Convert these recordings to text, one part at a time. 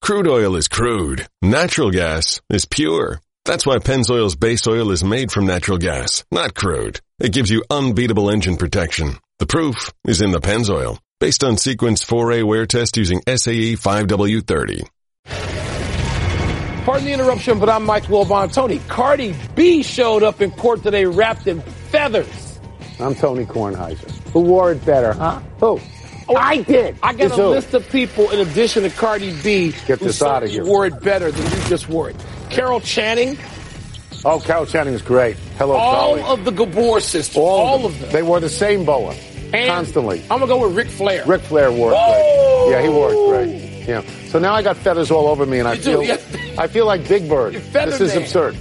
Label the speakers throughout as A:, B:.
A: Crude oil is crude. Natural gas is pure. That's why Pennzoil's base oil is made from natural gas, not crude. It gives you unbeatable engine protection. The proof is in the Pennzoil, based on sequence 4A wear test using E SAE 5W30.
B: Pardon the interruption, but I'm Mike Tony Cardi B showed up in court today wrapped in feathers.
C: I'm Tony Kornheiser. Who wore it better? Huh? Who?
B: Oh,
C: I did.
B: I got
C: It's
B: a
C: who?
B: list of people in addition to Cardi B
C: Get
B: who
C: this outta
B: certainly
C: here.
B: wore it better than you just wore it. Carol Channing,
C: Oh, Carol Channing is great. Hello,
B: all
C: Charlie.
B: of the Gabor sisters, all, of them.
C: They wore the same boa
B: And
C: constantly.
B: I'm gonna go with Ric Flair.
C: Ric Flair wore it
B: Whoa!
C: great. Yeah, he wore it great. Yeah. So now I got feathers all over me, and I
B: You do,
C: feel
B: yeah.
C: I feel like Big Bird.
B: You're feather
C: This is
B: man.
C: absurd.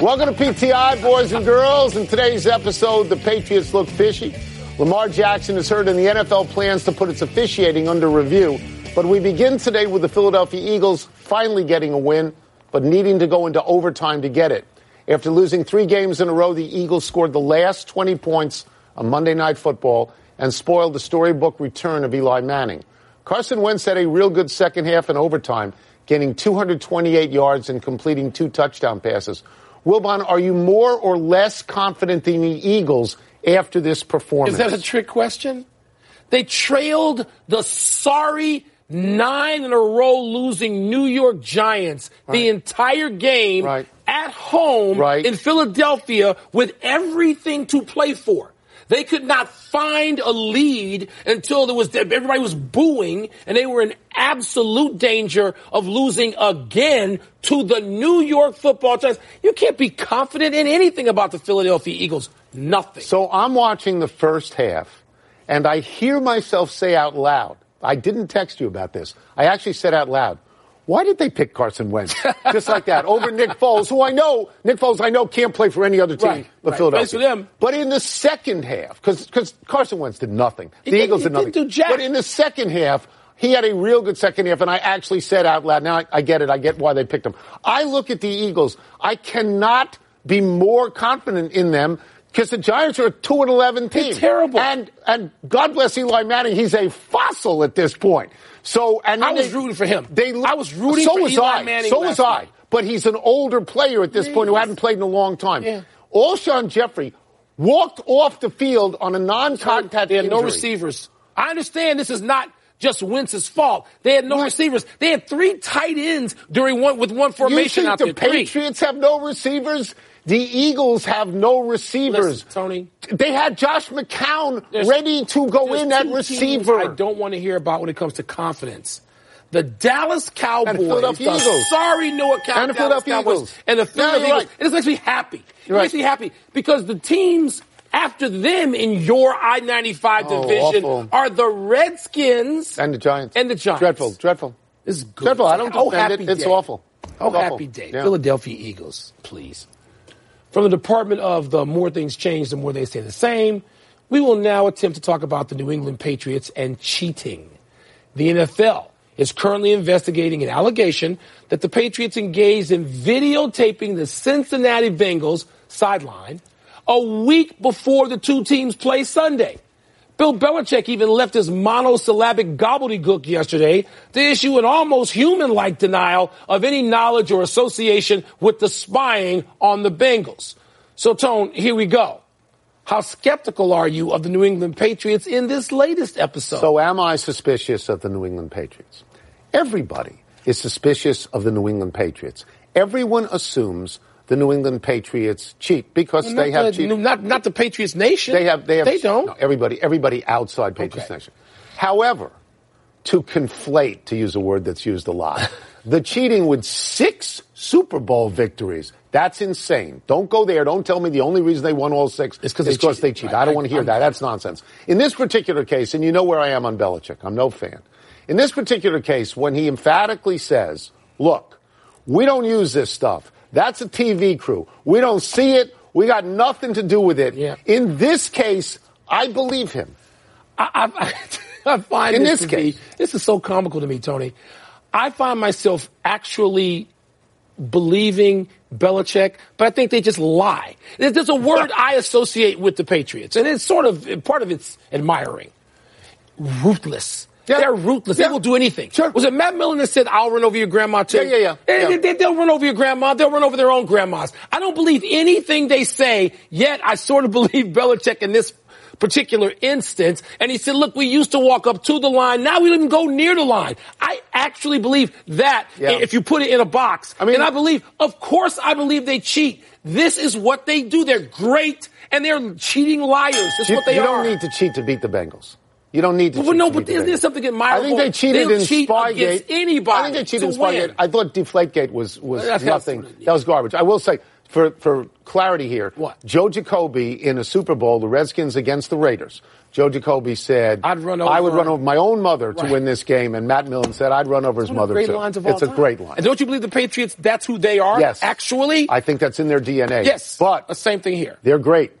C: Welcome to PTI, boys and girls. In today's episode, the Patriots look fishy. Lamar Jackson is hurt, and the NFL plans to put its officiating under review. But we begin today with the Philadelphia Eagles finally getting a win, but needing to go into overtime to get it. After losing three games in a row, the Eagles scored the last 20 points on Monday Night Football and spoiled the storybook return of Eli Manning. Carson Wentz had a real good second half and overtime, gaining 228 yards and completing two touchdown passes. Wilbon, are you more or less confident in the Eagles after this
B: Is
C: performance?
B: that a trick question? They trailed the sorry nine in a row losing New York Giants the entire game
C: Right.
B: at home
C: Right.
B: in Philadelphia with everything to play for. They could not find a lead until there was everybody was booing and they were in absolute danger of losing again to the New York Football Giants. You can't be confident in anything about the Philadelphia Eagles. Nothing.
C: so I'm watching the first half, and I hear myself say out loud, I didn't text you about this. I actually said out loud, why did they pick Carson Wentz? Just like that, over Nick Foles, who I know, Nick Foles, I know can't play for any other team
B: Right,
C: but
B: right.
C: Philadelphia.
B: Plays for them.
C: But in the second half, because Carson Wentz did nothing. The
B: didn't-
C: Eagles
B: he
C: did nothing.
B: didn't do jack.
C: But in the second half, he had a real good second half, and I actually said out loud, now I, I get it. I get why they picked him. I look at the Eagles. I cannot be more confident in them because the Giants are a 2 and 11 team.
B: terrible.
C: And, and God bless Eli Manning. He's a fossil at this point. So, and
B: I
C: then
B: was
C: they-
B: rooting for him.
C: They,
B: I was rooting
C: so
B: for
C: was
B: Eli
C: I.
B: Manning
C: So
B: last
C: was I.
B: night.
C: But he's an older player at this point who
B: Yes.
C: hadn't played in a long time.
B: Yeah.
C: Alshon Jeffrey walked off the field on a non-contact
B: They had no
C: injury.
B: receivers. I understand this is not just Wentz's fault. They had no receivers. They had three tight ends during one with one
C: You
B: formation
C: think
B: out
C: the
B: there. Three.
C: Patriots have no receivers? The Eagles have no receivers.
B: Listen, Tony.
C: They had Josh McCown
B: There's-
C: ready to go
B: There's
C: in at
B: two teams
C: receiver.
B: I don't want to hear about when it comes to confidence. The Dallas Cowboys,
C: Philadelphia
B: the
C: Eagles.
B: sorry Noah Cow-
C: And the
B: Dallas
C: Philadelphia
B: Cowboys,
C: Eagles.
B: and the Philadelphia
C: Yeah, you're
B: Eagles.
C: right.
B: It just makes me happy. It
C: You're
B: makes
C: right.
B: me happy because the teams after them in your I ninety five
C: Oh,
B: division
C: awful.
B: are the Redskins
C: and the Giants.
B: and the Giants.
C: Dreadful, dreadful.
B: This is good.
C: Dreadful. I don't
B: How
C: defend
B: happy
C: it. It's
B: day.
C: awful.
B: How
C: It's awful.
B: happy day.
C: Yeah.
B: Philadelphia Eagles, please. From the Department of the More Things Change, the More They Stay the Same, we will now attempt to talk about the New England Patriots and cheating. The NFL is currently investigating an allegation that the Patriots engaged in videotaping the Cincinnati Bengals sideline a week before the two teams play Sunday. Bill Belichick even left his monosyllabic gobbledygook yesterday to issue an almost human-like denial of any knowledge or association with the spying on the Bengals. So, Tone, here we go. How skeptical are you of the New England Patriots in this latest episode?
C: So, am I suspicious of the New England Patriots? Everybody is suspicious of the New England Patriots. Everyone assumes the New England Patriots cheat because
B: Well,
C: they
B: not
C: have
B: the,
C: cheat.
B: not not the Patriots Nation.
C: They have. They have.
B: They don't.
C: no, everybody. Everybody outside Patriots
B: Okay.
C: Nation. However, to conflate, to use a word that's used a lot, the cheating with six Super Bowl victories. That's insane. Don't go there. Don't tell me the only reason they won all six
B: It's
C: is
B: 'cause
C: because
B: they cheated.
C: they cheat.
B: Right.
C: I don't want to hear
B: I'm-
C: that. That's nonsense. In this particular case, and you know where I am on Belichick. I'm no fan. In this particular case, when he emphatically says, "Look, we don't use this stuff. That's a TV crew. We don't see it. We got nothing to do with it."
B: Yeah.
C: In this case, I believe him.
B: I, I, I find
C: In
B: this,
C: this
B: to be-
C: case.
B: this is so comical to me, Tony. I find myself actually believing Belichick, but I think they just lie. There's, there's a word I associate with the Patriots, and it's sort of part of it's admiring, ruthless.
C: Yeah.
B: They're ruthless.
C: Yeah.
B: They will do anything.
C: Sure.
B: Was it Matt Millen that said, I'll run over your grandma too?
C: Yeah, yeah, yeah.
B: And
C: Yeah.
B: They, will run over your grandma. They'll run over their own grandmas. I don't believe anything they say, yet I sort of believe Belichick in this particular instance. And he said, look, we used to walk up to the line. Now we don't even go near the line. I actually believe that
C: Yeah.
B: if you put it in a box.
C: I mean-
B: and I believe, of course I believe they cheat. This is what they do. They're great and they're cheating liars. That's
C: You,
B: what they
C: you
B: are.
C: don't need to cheat to beat the Bengals. You don't need to.
B: But,
C: cheat
B: no,
C: to
B: but
C: beat the
B: there's, there's
C: Bengals.
B: something
C: I
B: admirable.
C: think they cheated
B: They'll
C: in
B: cheat
C: Spygate.
B: against anybody
C: I think they cheated in
B: to
C: Spygate.
B: win.
C: I thought Deflategate was was
B: That's- that's-
C: nothing. That was garbage. I will say for for clarity here,
B: What?
C: Joe Jacoby in a Super Bowl, the Redskins against the Raiders. Joe Jacoby said,
B: I'd run
C: I would
B: over-
C: run over my own mother to
B: Right.
C: win this game," and Matt Millen said, "I'd run over his
B: One of the
C: mother
B: great
C: too."
B: lines of all
C: it's a
B: time.
C: great line.
B: And don't you believe the Patriots? That's who they are.
C: yes,
B: actually,
C: I think that's in their DNA.
B: yes.
C: but
B: the same thing here.
C: they're great.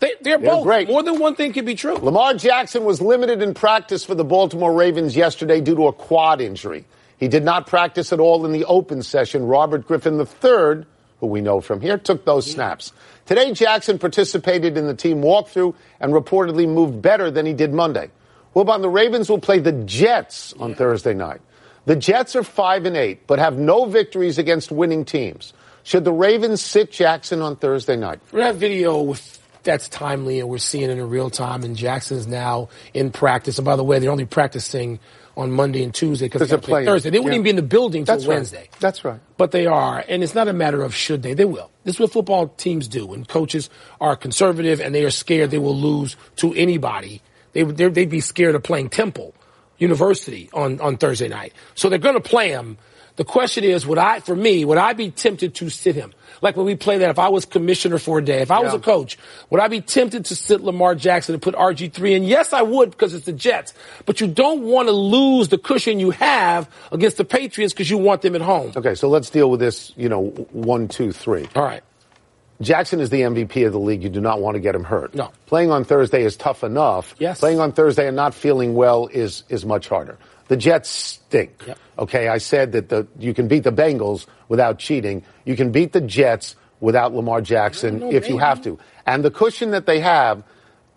B: They, they're, both
C: great.
B: More than one thing can be true.
C: Lamar Jackson was limited in practice for the Baltimore Ravens yesterday due to a quad injury. He did not practice at all in the open session. Robert Griffin III, who we know from here, took those snaps. Today, Jackson participated in the team walkthrough and reportedly moved better than he did Monday. Wilbon, the Ravens will play the Jets on Thursday night. The Jets are five and eight, but have no victories against winning teams. Should the Ravens sit Jackson on Thursday night?
B: We're gonna have video with that's timely and we're seeing it in real time. And Jackson's now in practice. And by the way, they're only practicing on Monday and Tuesday because
C: Because
B: they're
C: they're
B: play
C: playing.
B: Thursday. They wouldn't
C: Yeah.
B: even be in the building till
C: That's right.
B: Wednesday.
C: That's right.
B: But they are, and it's not a matter of should they. They will. This is what football teams do. When coaches are conservative and they are scared they will lose to anybody, they would- they'd they'd be scared of playing Temple University on on Thursday night. So they're going to play him. The question is, would I, for me, would I be tempted to sit him? Like when we play that, if I was commissioner for a day, if I was
C: Yeah.
B: a coach, would I be tempted to sit Lamar Jackson and put RG3 in? Yes, I would because it's the Jets. But you don't want to lose the cushion you have against the Patriots because you want them at home.
C: Okay, so let's deal with this, you know, one, two, three.
B: All right.
C: Jackson is the MVP of the league. You do not want to get him hurt.
B: No.
C: Playing on Thursday is tough enough.
B: Yes.
C: Playing on Thursday and not feeling well is is much harder. The Jets stink.
B: Yep.
C: Okay, I said that the you can beat the Bengals without cheating. You can beat the Jets without Lamar Jackson
B: know,
C: if you
B: maybe.
C: have to. And the cushion that they have,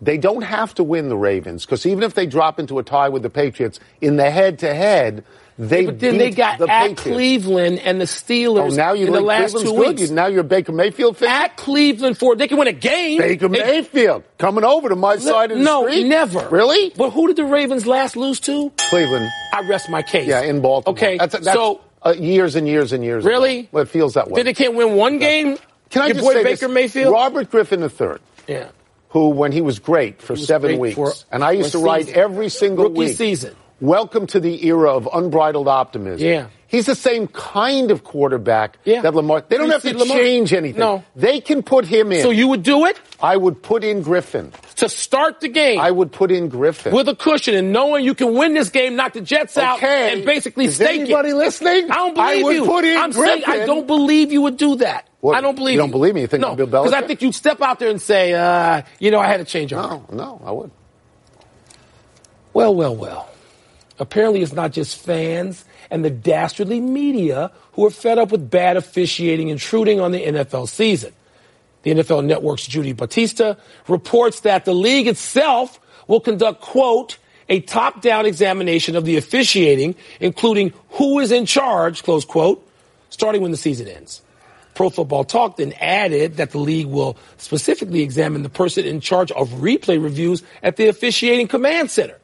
C: they don't have to win the Ravens because even if they drop into a tie with the Patriots in the head to head, they
B: But then
C: beat
B: they got
C: the
B: at
C: Patriots.
B: Cleveland and the
C: Oh,
B: Steelers
C: now you
B: in the
C: like
B: last
C: Cleveland's
B: two
C: good.
B: weeks.
C: You- now you're a Baker Mayfield fan.
B: at Cleveland for they can win a game.
C: Baker
B: They-
C: Mayfield coming over to my side of the
B: no,
C: street.
B: never.
C: Really?
B: But who did the Ravens last lose to?
C: Cleveland.
B: I rest my case.
C: Yeah, in Baltimore.
B: Okay,
C: That's, that's
B: so
C: uh, years and years and years.
B: Really?
C: ago. Well, it feels that way.
B: then they can't win one game.
C: Can I
B: Your
C: just
B: boy
C: say
B: Baker
C: this?
B: Mayfield?
C: Robert Griffin III,
B: yeah,
C: who when he was great for
B: was
C: seven
B: great
C: weeks,
B: for
C: and I used to
B: one
C: write
B: season.
C: every single
B: Rookie
C: week.
B: season.
C: Welcome to the era of unbridled optimism.
B: Yeah.
C: He's the same kind of quarterback
B: Yeah.
C: that Lamar. They don't
B: You
C: have
B: see
C: to
B: Lamar-
C: change anything.
B: No.
C: They can put him in.
B: So you would do it
C: I would put in Griffin.
B: to start the game
C: I would put in Griffin.
B: with a cushion and knowing you can win this game, knock the Jets out,
C: Okay.
B: and basically
C: Is
B: stake
C: anybody
B: it.
C: listening?
B: I don't believe
C: I would
B: you.
C: put in
B: I'm saying I
C: Griffin.
B: don't believe you would do that.
C: What,
B: I don't believe
C: you
B: you.
C: don't believe me? You think
B: no,
C: I'm Bill
B: Because I
C: Belichick?
B: think you'd step out there and say, uh, you know, I had a change of heart.
C: No, no, I would.
B: Well, well, well. Apparently, it's not just fans and the dastardly media who are fed up with bad officiating intruding on the NFL season. The NFL Network's Judy Batista reports that the league itself will conduct, quote, a top down examination of the officiating, including who is in charge, close quote, starting when the season ends. Pro Football Talk then added that the league will specifically examine the person in charge of replay reviews at the officiating command center.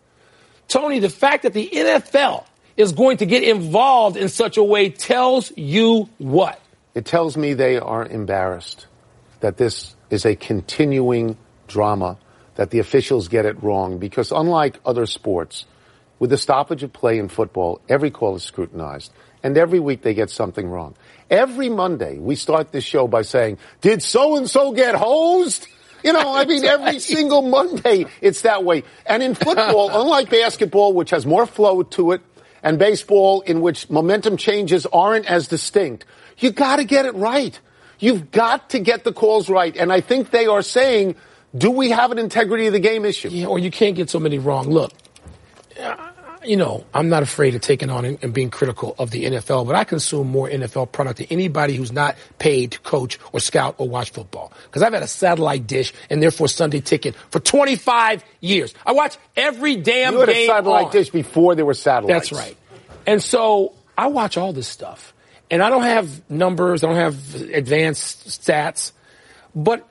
B: Tony, the fact that the NFL is going to get involved in such a way tells you what?
C: It tells me they are embarrassed that this is a continuing drama, that the officials get it wrong, because unlike other sports, with the stoppage of play in football, every call is scrutinized, and every week they get something wrong. Every Monday, we start this show by saying, Did so and so get hosed? You know, I mean, every single Monday it's that way. And in football, unlike basketball, which has more flow to it, and baseball in which momentum changes aren't as distinct. You got to get it right. You've got to get the calls right. And I think they are saying, do we have an integrity of the game issue?
B: Yeah, or you can't get so many wrong. Look, uh, you know, I'm not afraid of taking on and, and being critical of the NFL, but I consume more NFL product than anybody who's not paid to coach or scout or watch football. Because I've had a satellite dish and therefore Sunday ticket for 25 years. I watch every damn
C: You had a
B: game
C: satellite
B: on.
C: dish before there were satellites.
B: That's right. And so I watch all this stuff. And I don't have numbers, I don't have advanced stats, but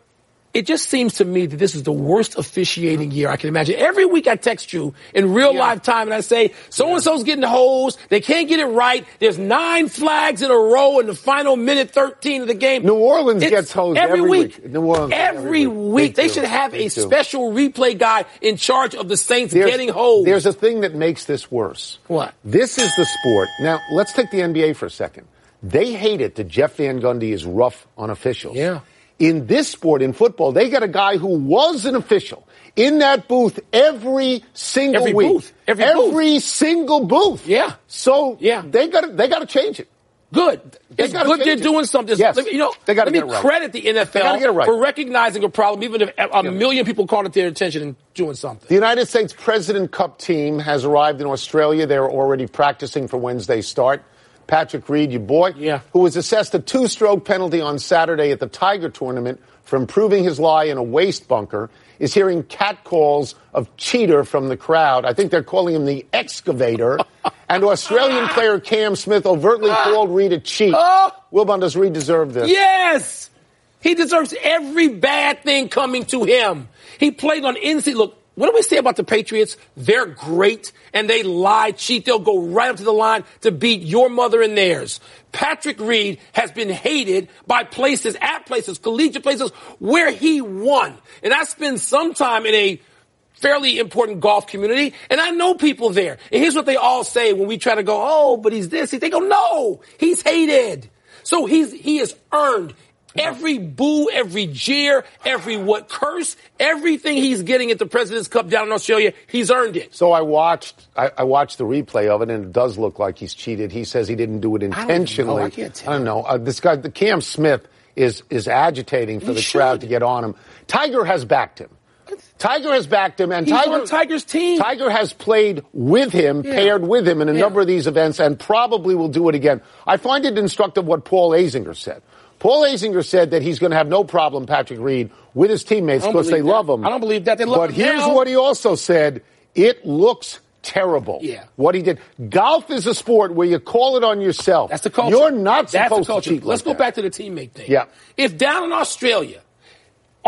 B: it just seems to me that this is the worst officiating year I can imagine. Every week I text you in real live time and I say, so and so's getting the hose, they can't get it right, there's nine flags in a row in the final minute 13 of the game.
C: New Orleans gets hosed every
B: week.
C: week. New Orleans gets
B: every,
C: every
B: week.
C: week.
B: They,
C: They do.
B: should have
C: They
B: a
C: do.
B: special replay guy in charge of the Saints getting hosed.
C: There's a thing that makes this worse.
B: What?
C: This is the sport. Now, let's take the NBA for a second. They hate it that Jeff Van Gundy is rough on officials.
B: Yeah.
C: In this sport, in football, they got a guy who was an official in that booth every single
B: Every
C: week.
B: booth. Every
C: single booth.
B: Yeah.
C: So
B: Yeah.
C: they got to they got to change it.
B: Good. It's
C: gotta
B: good
C: change
B: they're
C: it.
B: doing something.
C: Yes.
B: Let me- You know,
C: They gotta
B: let me
C: get it right.
B: credit the NFL
C: gotta get it right.
B: for recognizing a problem, even if a a million people called it their attention and doing something.
C: The United States President Cup team has arrived in Australia. They're already practicing for Wednesday's start. Patrick Reed, your boy,
B: Yeah.
C: who was assessed a two stroke penalty on Saturday at the Tiger tournament for improving his lie in a waste bunker, is hearing catcalls of cheater from the crowd. I think they're calling him the excavator. and Australian player Cam Smith overtly called Reed a cheat. Wilbon, does Reed deserve this?
B: Yes! He deserves every bad thing coming to him. He played on NC. Look, what do we say about the Patriots? They're great and they lie, cheat. They'll go right up to the line to beat your mother and theirs. Patrick Reed has been hated by places, at places, collegiate places where he won. And I spend some time in a fairly important golf community, and I know people there. And here's what they all say when we try to go, oh, but he's this. They go, no, he's hated. So he's he has earned every boo, every jeer, every what curse, everything he's getting at the President's Cup down in Australia, he's earned it.
C: So I watched I, I watched the replay of it, and it does look like he's cheated. He says he didn't do it
B: even know.
C: intentionally.
B: I can't tell.
C: I don't know. Uh, this guy, the Cam Smith, is is agitating for
B: He
C: the
B: should.
C: crowd to get on him. Tiger has backed him. Tiger has backed him, and
B: He's
C: Tiger
B: on Tiger's team.
C: Tiger has played with him,
B: Yeah.
C: paired with him in a
B: Yeah.
C: number of these events, and probably will do it again. I find it instructive what Paul Azinger said. Paul Azinger said that he's going to have no problem, Patrick Reed, with his teammates
B: I don't
C: because they
B: believe that.
C: love him.
B: I don't believe that. They love
C: but
B: him
C: here's
B: now.
C: what he also said it looks terrible.
B: Yeah.
C: What he did. Golf is a sport where you call it on yourself.
B: That's the culture.
C: You're
B: That's
C: not
B: the
C: supposed
B: culture.
C: to cheat.
B: Let's
C: like
B: go
C: that.
B: back to the teammate thing.
C: Yeah.
B: If down in Australia,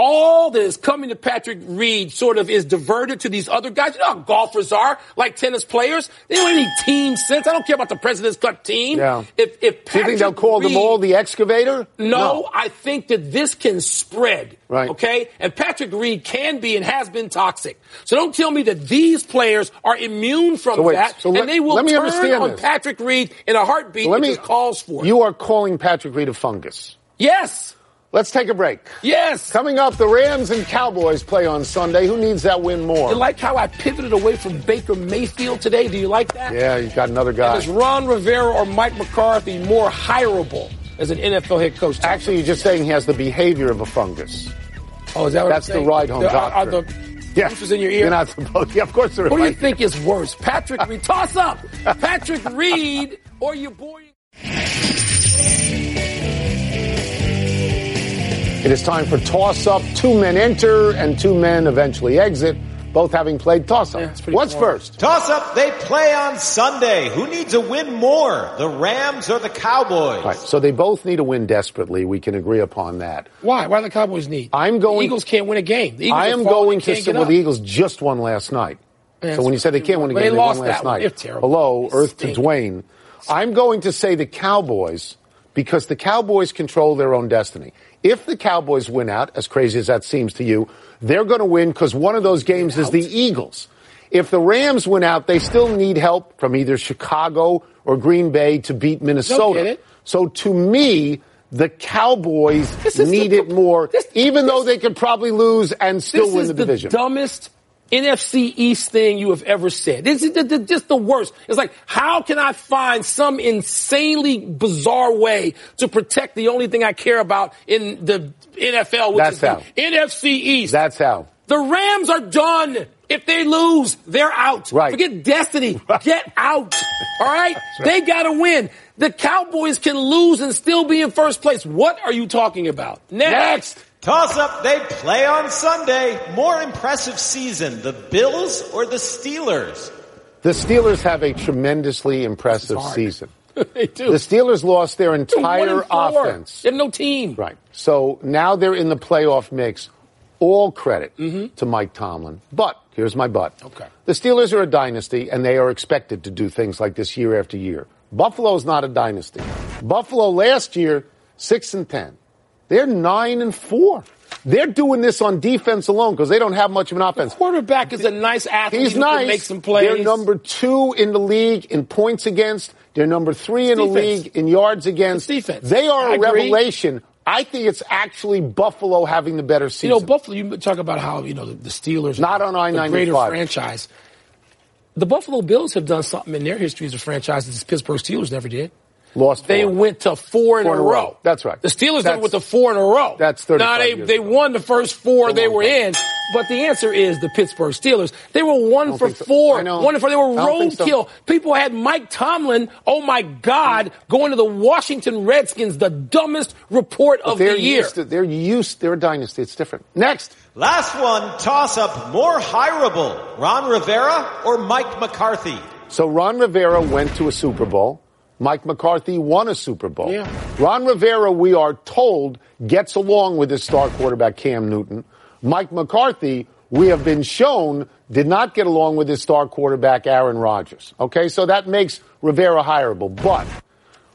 B: all that is coming to Patrick Reed sort of is diverted to these other guys. You know how golfers are, like tennis players. They don't have any team sense. I don't care about the President's Cup team.
C: Yeah.
B: If if Patrick
C: Do you think they'll call
B: Reed,
C: them all the excavator?
B: no, I think that this can spread.
C: Right.
B: Okay? And Patrick Reed can be and has been toxic. So don't tell me that these players are immune from
C: So wait,
B: that.
C: so let-
B: and they will
C: let me
B: turn
C: understand
B: on
C: this.
B: Patrick Reed in a heartbeat if
C: Let me.
B: it calls for it.
C: You are calling Patrick Reed a fungus.
B: yes.
C: Let's take a break.
B: Yes.
C: Coming up, the Rams and Cowboys play on Sunday. Who needs that win more?
B: You like how I pivoted away from Baker Mayfield today? Do you like that?
C: yeah, you got another guy.
B: Is Ron Rivera or Mike McCarthy more hireable as an NFL head coach?
C: Actually, you're just saying he has the behavior of a fungus.
B: oh, is that what
C: That's
B: I'm saying?
C: the ride home
B: Are- are
C: doctrine.
B: the
C: Yeah.
B: roosters in your ear?
C: You're not supposed. Yeah, of course there
B: Who do you
C: is.
B: think is worse, Patrick Reed? Toss up, Patrick Reed or your boy?
C: It is time for toss up. Two men enter and two men eventually exit, both having played toss up.
B: Yeah, it's pretty
C: What's
B: boring.
C: first?
D: Toss up, they play on Sunday. Who needs a win more? The Rams or the Cowboys?
C: All right, so they both need a win desperately. We can agree upon that.
B: Why? Why do the Cowboys need?
C: I'm going-
B: The Eagles can't win a game. The Eagles
C: I
B: are
C: am
B: falling.
C: going
B: They
C: to
B: can't
C: say,
B: get
C: well,
B: up.
C: the Eagles just won last night.
B: Yeah,
C: so when you
B: that's
C: said they
B: what
C: can't
B: they
C: win a
B: won.
C: game,
B: But they
C: won
B: lost
C: last
B: that one.
C: night.
B: They're terrible.
C: Hello,
B: They
C: Earth
B: stink.
C: to Dwayne. I'm going to say the Cowboys because the Cowboys control their own destiny. If the Cowboys win out, as crazy as that seems to you, they're going to win because one of those games is the Eagles. If the Rams win out, they still need help from either Chicago or Green Bay to beat Minnesota.
B: it.
C: So to me, the Cowboys
B: This is
C: need
B: the-
C: it more,
B: this-
C: even though
B: this-
C: they could probably lose and still
B: this
C: win
B: is
C: the division.
B: dumbest NFC East thing you have ever said. This is the, the- just the worst. It's like, how can I find some insanely bizarre way to protect the only thing I care about in the NFL, which
C: That's
B: is the
C: how.
B: NFC East?
C: That's how.
B: the Rams are done. If they lose, they're out.
C: Right.
B: Forget destiny. Get out. All right? They got to win. The Cowboys can lose and still be in first place. What are you talking about? Next.
D: Toss up, they play on Sunday. More impressive season, the Bills or the Steelers?
C: The Steelers have a tremendously impressive
B: It's hard.
C: season.
B: they do.
C: The Steelers lost their
B: They're one
C: entire
B: and four.
C: offense.
B: They have no team.
C: Right. So now they're in the playoff mix. All credit to Mike Tomlin. But here's my but.
B: Okay.
C: The Steelers are a dynasty, and they are expected to do things like this year after year. Buffalo's not a dynasty. Buffalo last year, six and ten. They're nine and four. They're doing this on defense alone because they don't have much of an offense.
B: Quarterback is a nice athlete.
C: He's
B: who
C: nice.
B: Can make some plays.
C: They're number two in the league in points against. They're number three in the
B: defense.
C: league in yards against.
B: It's defense.
C: They are
B: I
C: a
B: agree.
C: revelation. I think it's actually Buffalo having the better season.
B: You know, Buffalo. You talk about how you know the, the Steelers,
C: Not on
B: the
C: I-95.
B: greater franchise. The Buffalo Bills have done something in their history as a franchise that the Pittsburgh Steelers never did.
C: lost.
B: They
C: four.
B: went to four in,
C: Four
B: a, row.
C: That's right.
B: The Steelers
C: That's-
B: never went to four in a row.
C: That's 35
B: now they
C: years
B: they
C: ago.
B: won the first four
C: It's a
B: they
C: long
B: were
C: time.
B: in. But the answer is the Pittsburgh Steelers. They were one for
C: think so.
B: four.
C: I know.
B: One for they were
C: I don't think so.
B: roadkill. People had Mike Tomlin. Oh my God, going to the Washington Redskins, the dumbest report of
C: They're
B: the year.
C: used. To, they're used. They're a dynasty. It's different. Next.
D: Last one, toss up, more hireable, Ron Rivera or Mike McCarthy?
C: So Ron Rivera went to a Super Bowl. Mike McCarthy won a Super Bowl.
B: Yeah.
C: Ron Rivera, we are told, gets along with his star quarterback Cam Newton. Mike McCarthy, we have been shown, did not get along with his star quarterback Aaron Rodgers. Okay, so that makes Rivera hireable. But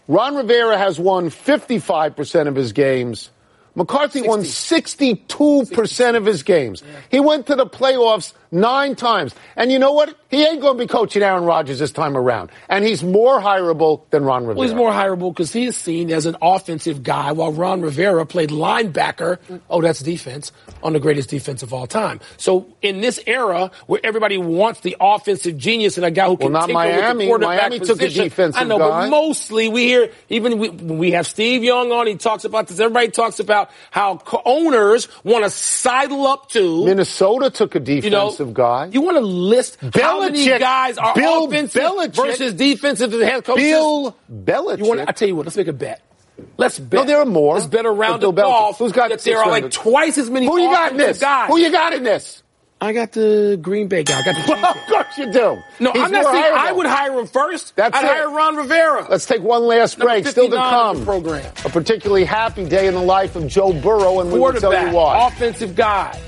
C: Ron Rivera has won 55% of his games. McCarthy won 62% of his games. He went to the playoffs nine times. And you know what? He ain't going to be coaching Aaron Rodgers this time around. And he's more hireable than Ron Rivera.
B: Well, he's more hireable because he is seen as an offensive guy, while Ron Rivera played linebacker. Oh, that's defense on the greatest defense of all time. So in this era where everybody wants the offensive genius and a guy who can
C: Well, not
B: tinker with the
C: Miami.
B: quarterback
C: Miami took a
B: position.
C: defensive
B: I know,
C: guy.
B: but mostly we hear even we, when we have Steve Young on, he talks about this. Everybody talks about how co- owners want to sidle up to.
C: Minnesota took a
B: you know,
C: defensive guy.
B: You want to list how many
C: Belichick-
B: guys are
C: Bill
B: offensive
C: Belichick-
B: versus defensive head coaches?
C: Bill Belichick.
B: You want? I tell you what. Let's make a bet. Let's bet.
C: no, there are more.
B: Let's bet around the
C: Bill Belichick.
B: golf.
C: Who's got
B: that there are like
C: 600?
B: twice as many.
C: Who you got in
B: offensive
C: this?
B: Guys.
C: Who you got in this?
B: I got the Green Bay guy. I got the Chiefs
C: of
B: guy.
C: course you do.
B: No,
C: He's
B: I'm not
C: more
B: saying I
C: hireable.
B: would hire him first.
C: That's
B: I'd
C: it.
B: hire Ron Rivera.
C: Let's take one last
B: Number
C: break. Still to
B: 59 of
C: come.
B: the program.
C: A particularly happy day in the life of Joe Burrow, and we will tell you
B: quarterback,
C: why.
B: offensive guy.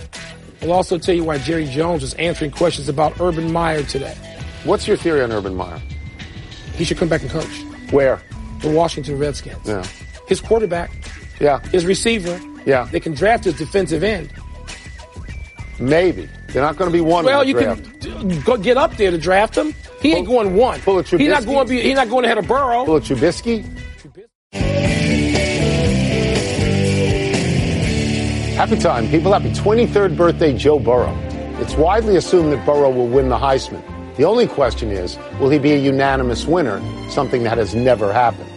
B: We'll also tell you why Jerry Jones was answering questions about Urban Meyer today.
C: What's your theory on Urban Meyer?
B: He should come back and coach
C: Where?
B: the Washington Redskins.
C: Yeah.
B: His quarterback,
C: Yeah,
B: his receiver.
C: Yeah.
B: They can draft his defensive end.
C: maybe. They're not going to be one
B: Well,
C: in
B: you
C: the draft.
B: can d- go get up there to draft him. He ain't going one.
C: Pull it,
B: He's not
C: Trubisky.
B: going. to Be, he not going ahead of Burrow.
C: Will it Trubisky? Happy time, people. Happy 23rd birthday, Joe Burrow. It's widely assumed that Burrow will win the Heisman. The only question is, will he be a unanimous winner? Something that has never happened.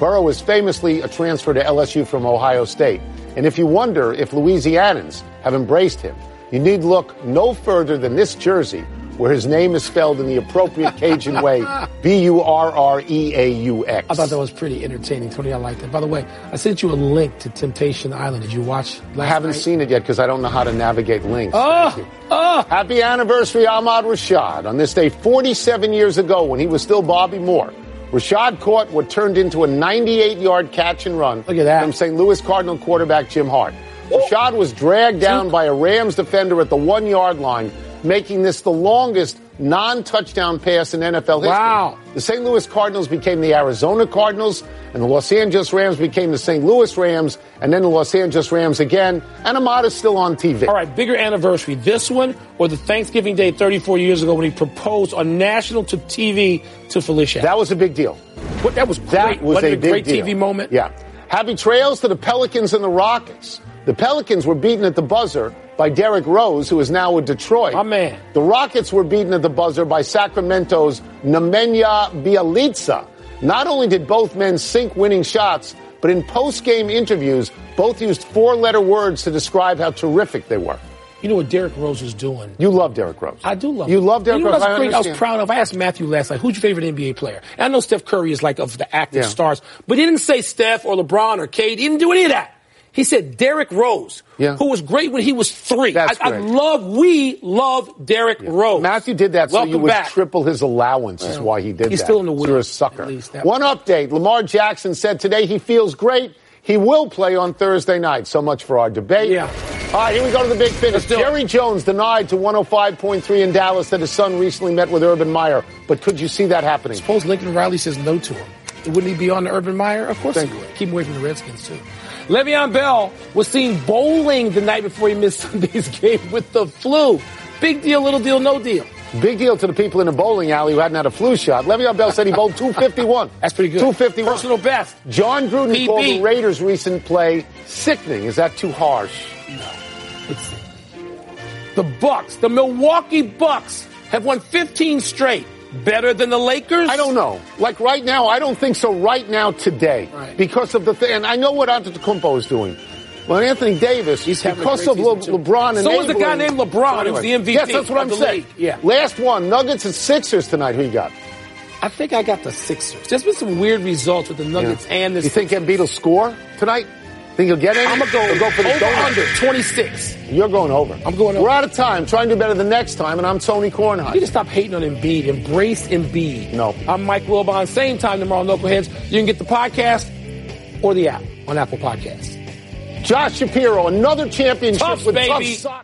C: Burrow is famously a transfer to LSU from Ohio State. And if you wonder if Louisianans have embraced him, you need look no further than this jersey, where his name is spelled in the appropriate Cajun way B U R R E A U X.
B: I thought that was pretty entertaining, Tony. I liked that. By the way, I sent you a link to Temptation Island. Did you watch?
C: I
B: Last
C: haven't
B: night?
C: seen it yet because I don't know how to navigate links. Thank you.
B: Oh,
C: Happy anniversary, Ahmad Rashad. On this day, 47 years ago, when he was still Bobby Moore, Rashad caught what turned into a 98 yard catch and run
B: Look at that.
C: from St. Louis Cardinal quarterback Jim Hart. Rashad was dragged down by a Rams defender at the one yard line, making this the longest non touchdown pass in NFL history.
B: Wow.
C: The St. Louis Cardinals became the Arizona Cardinals, and the Los Angeles Rams became the St. Louis Rams, and then the Los Angeles Rams again. And Ahmad is still on TV.
B: all right. Bigger anniversary, this one or the Thanksgiving Day 34 years ago when he proposed on national to TV to Felicia.
C: That was a big deal.
B: What- that was great.
C: That was
B: Wasn't
C: a
B: it
C: big
B: great
C: deal.
B: TV moment.
C: Yeah. Happy trails to the Pelicans and the Rockets. The Pelicans were beaten at the buzzer by Derrick Rose, who is now with Detroit.
B: My man.
C: The Rockets were beaten at the buzzer by Sacramento's Nemanja Bialica. Not only did both men sink winning shots, but in post-game interviews, both used four-letter words to describe how terrific they were.
B: You know what Derrick Rose is doing?
C: You love Derrick Rose.
B: I do love
C: You
B: him.
C: love Derrick
B: you know
C: Rose.
B: That's
C: I
B: great. I, was
C: understand.
B: proud of. I asked Matthew last night, who's your favorite NBA player? And I know Steph Curry is like of the active
C: Yeah.
B: stars, but he didn't say Steph or LeBron or Kate. He didn't do any of that. He said Derrick Rose,
C: Yeah.
B: who was great when he was three.
C: That's
B: I, I
C: great.
B: love, we love Derrick Rose.
C: Matthew did that so
B: Welcome
C: you would
B: back.
C: triple his allowance is why he did
B: He's
C: that.
B: still in the
C: You're a
B: wheel,
C: sucker.
B: at least that
C: One update. Lamar Jackson said today he feels great. He will play on Thursday night. So much for our debate.
B: Yeah.
C: All right, here we go to the big finish.
B: Let's do it.
C: Jerry Jones denied to 105.3 in Dallas that his son recently met with Urban Meyer. But could you see that happening?
B: Suppose Lincoln Riley says no to him. Wouldn't he be on the Urban Meyer? Of course
C: Thank
B: he
C: you.
B: would. Keep him away from the Redskins, too. Le'Veon Bell was seen bowling the night before he missed Sunday's game with the flu. Big deal, little deal, no deal.
C: Big deal to the people in the bowling alley who hadn't had a flu shot. Le'Veon Bell said he bowled 251.
B: That's pretty good.
C: 251.
B: Personal best.
C: John Gruden
B: PB.
C: called the Raiders' recent play sickening. Is that too harsh?
B: It's the Bucks, the Milwaukee Bucks, have won 15 straight. Better than the Lakers?
C: I don't know. Like right now, I don't think so. Right now, today,
B: Right.
C: because of the thing, and I know what Antetokounmpo is doing. Well, Anthony Davis,
B: He's having a
C: because
B: great
C: of Le-
B: season, too.
C: LeBron,
B: So was the guy
C: enabling-
B: named LeBron, who's
C: Anyway,
B: the MVP
C: Yes, that's what
B: of
C: I'm
B: the
C: saying.
B: league. Yeah.
C: Last one, Nuggets and Sixers tonight. Who you got?
B: I think I got the Sixers. There's been some weird results with the Nuggets and the
C: you think Embiid will score tonight? Think he'll get it?
B: I'm going to
C: He'll
B: go,
C: go for the
B: over
C: donut.
B: under 26.
C: You're going over.
B: I'm going over.
C: We're out of time. Try and do better the next time. And I'm Tony Kornheiser.
B: You need to stop hating on Embiid. Embrace Embiid.
C: No.
B: I'm Mike Wilbon. Same time tomorrow, Knuckleheads. You can get the podcast or the app on Apple Podcasts.
C: Josh Shapiro, another championship
B: Tough,
C: with
B: baby.
C: tough soccer.